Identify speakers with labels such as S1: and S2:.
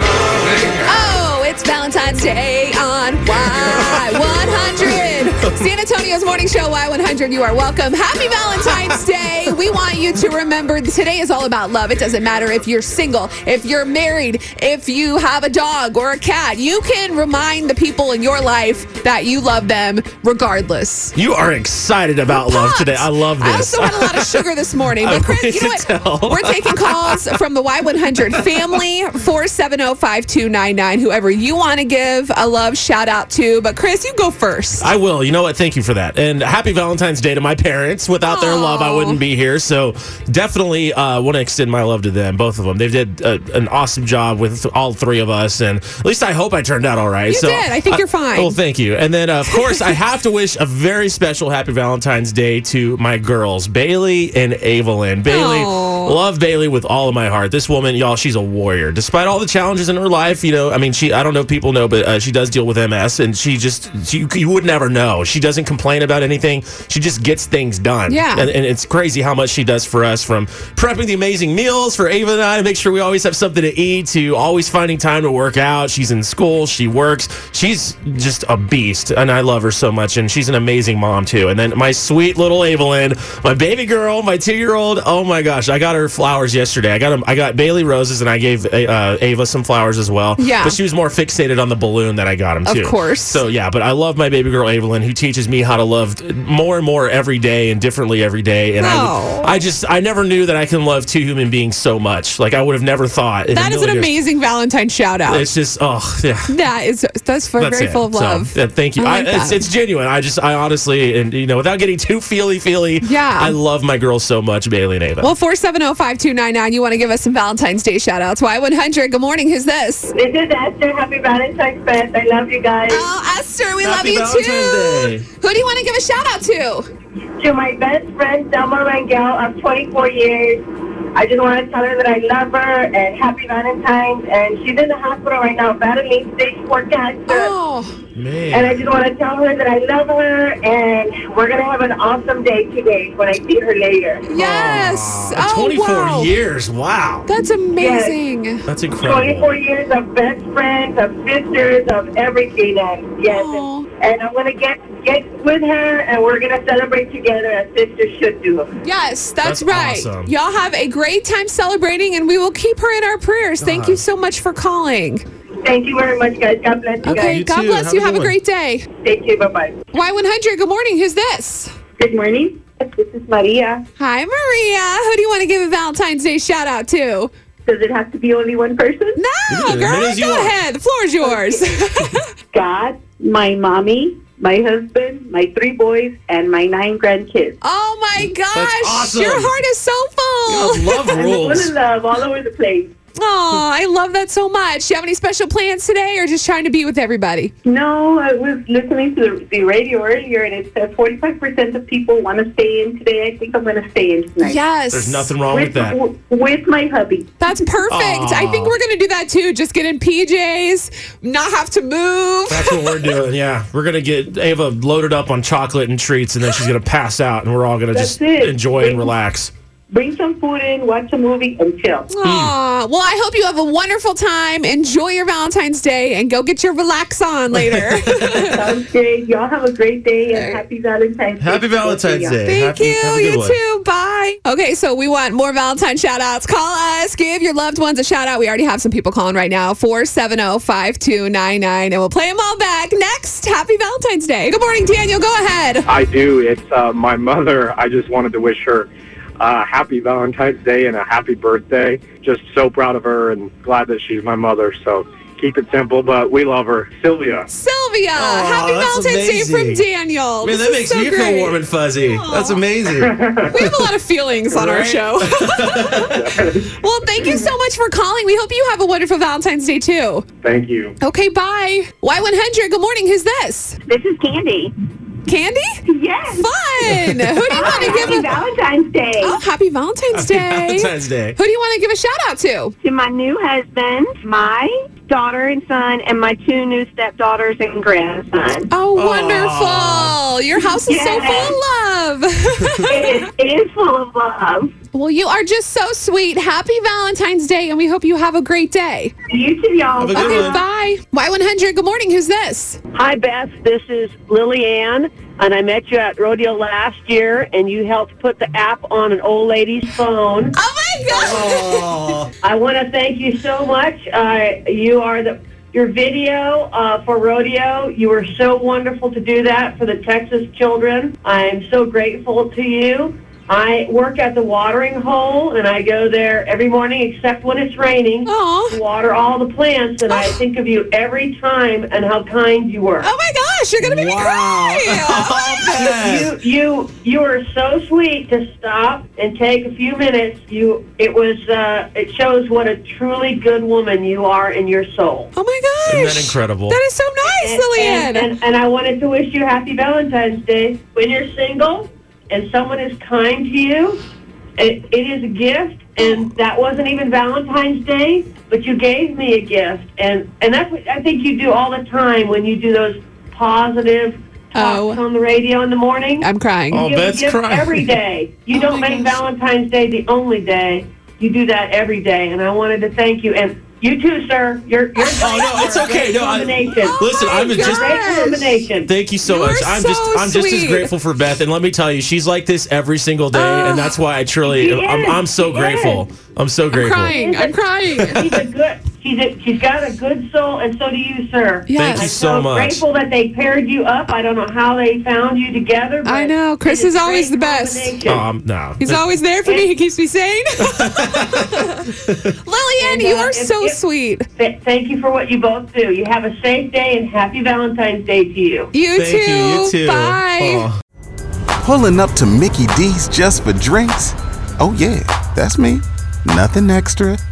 S1: Oh, it's Valentine's Day on Y100. San Antonio's morning show, Y100. You are welcome. Happy Valentine's Day. We want you to remember today is all about love. It doesn't matter if you're single, if you're married, if you have a dog or a cat. You can remind the people in your life that you love them regardless.
S2: You are excited about
S1: We're
S2: love
S1: pumped.
S2: today. I love this.
S1: I also had a lot of sugar this morning.
S2: I
S1: But Chris, you know
S2: can
S1: what?
S2: tell.
S1: We're taking calls from the Y100 family, 470-5299, whoever you want to give a love shout out to. But Chris, you go first.
S2: I will. You know what? Thank you for that. And happy Valentine's Day to my parents. Without their love, I
S1: Aw.
S2: wouldn't be here. So definitely uh, want to extend my love to them, both of them. They did uh an awesome job with all three of us, and at least I hope I turned out all right.
S1: You
S2: so,
S1: did. I think you're fine.
S2: Well, thank you. And then, uh, of course, I have to wish a very special happy Valentine's Day to my girls, Bailey and Evelyn. Bailey,
S1: Aw.
S2: love Bailey with all of my heart. This woman, y'all, she's a warrior. Despite all the challenges in her life, you know, I mean, she, I don't know if people know, but uh, she does deal with MS and she just, she, you- you would never know. She doesn't complain about anything. She just gets things done.
S1: Yeah.
S2: And, and it's crazy how much she does for us from prepping the amazing meals for Ava and I to make sure we always have something to eat to always finding time to work out. She's in school, she works. She's just a beast, and I love her so much. And she's an amazing mom, too. And then my sweet little Evelyn, my baby girl, my two year old. Oh my gosh, I got her flowers yesterday. I got 'em- I got Bailey roses, and I gave uh, Ava some flowers as well.
S1: Yeah.
S2: But she was more fixated on the balloon that I got him,
S1: Of
S2: too.
S1: course.
S2: So so yeah, but I love my baby girl Evelyn, who teaches me how to love more and more every day and differently every day. And I,
S1: Oh.
S2: would- I just, I never knew that I can love two human beings so much. Like I would have never thought. in a
S1: that is an
S2: million years.
S1: amazing Valentine shout out.
S2: It's just, oh yeah.
S1: that is that's for
S2: That's
S1: very
S2: it.
S1: full of
S2: So,
S1: love.
S2: yeah, thank you.
S1: I
S2: I
S1: like
S2: it's,
S1: that.
S2: it's genuine. I just, I honestly, and you know, without getting too feely feely,
S1: Yeah.
S2: I love my girls so much, Bailey and Ava.
S1: well, 470-5299, you want to give us some Valentine's Day shout outs. Y100, good morning. Who's this?
S3: This is Esther. Happy Valentine's Fest. I love you guys.
S1: Oh, Esther, we
S2: Happy
S1: love you too.
S2: Valentine's Day.
S1: Who do you want to give a shout out to?
S3: To my best friend, Selma Rangel, of 24 years. I just want to tell her that I love her and happy Valentine's. And she's in the hospital right now battling stage 4 cancer.
S1: Oh.
S3: And I
S2: Man.
S3: just want to tell her that I love her and we're going to have an awesome day today when I see her later.
S1: Yes.
S2: Aw,
S1: oh,
S2: 24
S1: wow.
S2: years. Wow.
S1: That's amazing.
S2: That's incredible.
S3: 24 years of best friends, of sisters, of everything, and yes,
S1: Aw.
S3: and, and I'm gonna get get with her, and we're gonna celebrate together as sisters should do.
S1: Yes, that's,
S2: That's
S1: right.
S2: awesome.
S1: Y'all have a great time celebrating, and we will keep her in our prayers. Thank you so much for calling.
S3: Thank you very much, guys. God bless you
S1: Okay,
S2: you
S1: God
S2: too.
S1: bless
S2: Have
S1: you.
S2: a
S1: Have
S2: good
S1: a
S2: one.
S1: great day.
S3: guys. Thank you. Bye bye.
S1: Y100, good morning. Who's this?
S3: Good morning. This is Maria.
S1: Hi, Maria. Who do you want to give a Valentine's Day shout out to?
S3: Does it have to be only one person?
S1: No,
S2: as
S1: girl,
S2: many as you
S1: go
S2: want.
S1: ahead. The floor is yours.
S3: God, my mommy, my husband, my three boys, and my nine grandkids.
S1: oh my gosh,
S2: awesome.
S1: your heart is so full.
S2: I love rules.
S3: love all over the place.
S1: Oh, I love that so much. You have any special plans today, or just trying to be with everybody?
S3: No, I was listening to the, the radio earlier, and it said 45% of people want to stay in today. I think I'm going to stay in tonight.
S1: Yes,
S2: There's nothing wrong with
S3: With,
S2: that.
S3: w- with my hubby.
S1: That's perfect. I think
S2: Aw.
S1: we're going to do that too. Just get in PJs, not have to move.
S2: That's what we're doing. Yeah, we're gonna get Ava loaded up on chocolate and treats, and then she's gonna pass out, and we're all gonna
S3: That's
S2: just
S3: it.
S2: enjoy and relax.
S3: Bring some food in, watch a movie, and chill.
S1: Aw. Well, I hope you have a wonderful time. Enjoy your Valentine's Day and go get your relax on later.
S3: Sounds great. Y'all have a great day, and happy Valentine's Day.
S2: Happy
S3: to both of
S2: Valentine's
S3: y'all.
S2: Day.
S1: Thank
S2: Happy-
S1: you.
S2: have a good
S1: you
S2: one.
S1: too. Bye. Okay, so we want more Valentine shout outs. Call us. Give your loved ones a shout out. We already have some people calling right now oh, 470 5299, and we'll play them all back next. Happy Valentine's Day. Good morning, Daniel. Go ahead.
S4: I do. It's uh, my mother. I just wanted to wish her uh, happy Valentine's Day and a happy birthday. Just so proud of her and glad that she's my mother. So keep it simple, but we love her.
S1: Sylvia,
S4: Sylvia.
S1: Sylvia. Happy
S2: that's
S1: Valentine's Day from
S2: amazing.
S1: Daniel.
S2: Man,
S1: This
S2: that
S1: is
S2: makes
S1: so
S2: me
S1: great.
S2: feel warm and fuzzy. That's amazing.
S1: We have a lot of feelings on our
S2: Right?
S1: show. well, thank you so much for calling. We hope you have a wonderful Valentine's Day too.
S4: Thank you.
S1: Okay, bye. Y100, good morning. Who's this?
S5: This is Candy.
S1: Candy?
S5: Yes.
S1: Fun. Who do you want to
S5: Happy
S1: give a
S5: Valentine's Day
S1: Oh, happy Valentine's Day.
S2: Valentine's Day.
S1: Who do you want to give a shout out to?
S5: to my new husband, my daughter and son, and my two new stepdaughters and grandson.
S1: Oh, wonderful. Your house is so
S5: Yes.
S1: full of love.
S5: It is, it is full of love.
S1: Well, you are just so sweet. Happy Valentine's Day, and we hope you have a great day.
S5: You too, y'all.
S2: Have a good
S1: Okay,
S2: one.
S1: bye. Y100, good morning. Who's this?
S3: Hi, Beth. This is Lily Ann, and I met you at rodeo last year, and you helped put the app on an old lady's phone.
S1: Oh, my God.
S2: Aw.
S3: I want to thank you so much. Uh, you are the your video uh, for rodeo. You were so wonderful to do that for the Texas children. I am so grateful to you. I work at the watering hole, and I go there every morning except when it's raining.
S1: Aw.
S3: to Water all the plants, and I think of you every time and how kind you were.
S1: Oh, my gosh. You're going to make me cry.
S2: Oh, man.
S3: you you you were so sweet to stop and take a few minutes. You it was uh, it shows what a truly good woman you are in your soul.
S1: Oh, my gosh.
S2: Isn't that incredible?
S1: That is so nice, Lillian.
S3: And, and, and I wanted to wish you happy Valentine's Day. When you're single and someone is kind to you, it, it is a gift. And that wasn't even Valentine's Day, but you gave me a gift. And and that's what I think you do all the time when you do those positive
S1: Oh.
S3: talks on the radio in the morning.
S1: I'm crying.
S2: Oh,
S3: You
S2: Beth's
S3: give
S2: crying.
S3: every day. You
S1: Oh
S3: don't
S1: my
S3: make
S1: gosh.
S3: Valentine's Day the only day. You do that every day, and I wanted to thank you. And you too, sir. You're, you're
S2: Oh, no, it's okay. No, I-
S3: combination.
S2: Listen,
S1: my
S2: I'm just
S1: gosh.
S3: Great combination.
S2: Thank you so
S1: You
S2: much.
S1: are
S2: I'm
S1: so
S2: just I'm just as
S1: sweet.
S2: grateful for Beth, and let me tell you, she's like this every single day,
S1: Ah,
S2: and that's why I truly
S3: She
S2: I'm,
S3: is.
S2: I'm so
S3: She
S2: grateful. I'm so
S1: I'm
S2: grateful.
S1: crying. I'm crying.
S3: She's a good. She's a, she's got a good soul, and so do you, sir.
S1: Yes.
S2: Thank you so
S3: I'm
S2: much.
S3: Grateful that they paired you up. I don't know how they found you together. But
S1: I know. Chris
S3: it
S1: is
S3: a
S1: always
S3: great
S1: the best.
S3: combination.
S2: Um, no.
S1: He's always there for me. He keeps me sane. Lillian,
S3: And,
S1: you
S3: uh,
S1: are
S3: if-
S1: so
S3: if-
S1: sweet.
S3: Th- thank you for what you both do. You have a safe day and happy Valentine's Day to you.
S1: You
S2: Thank
S1: too.
S2: you. You too. Oh.
S1: Bye.
S2: Aw.
S6: Pulling up to Mickey D's just for drinks? Oh, yeah, that's me. Nothing extra,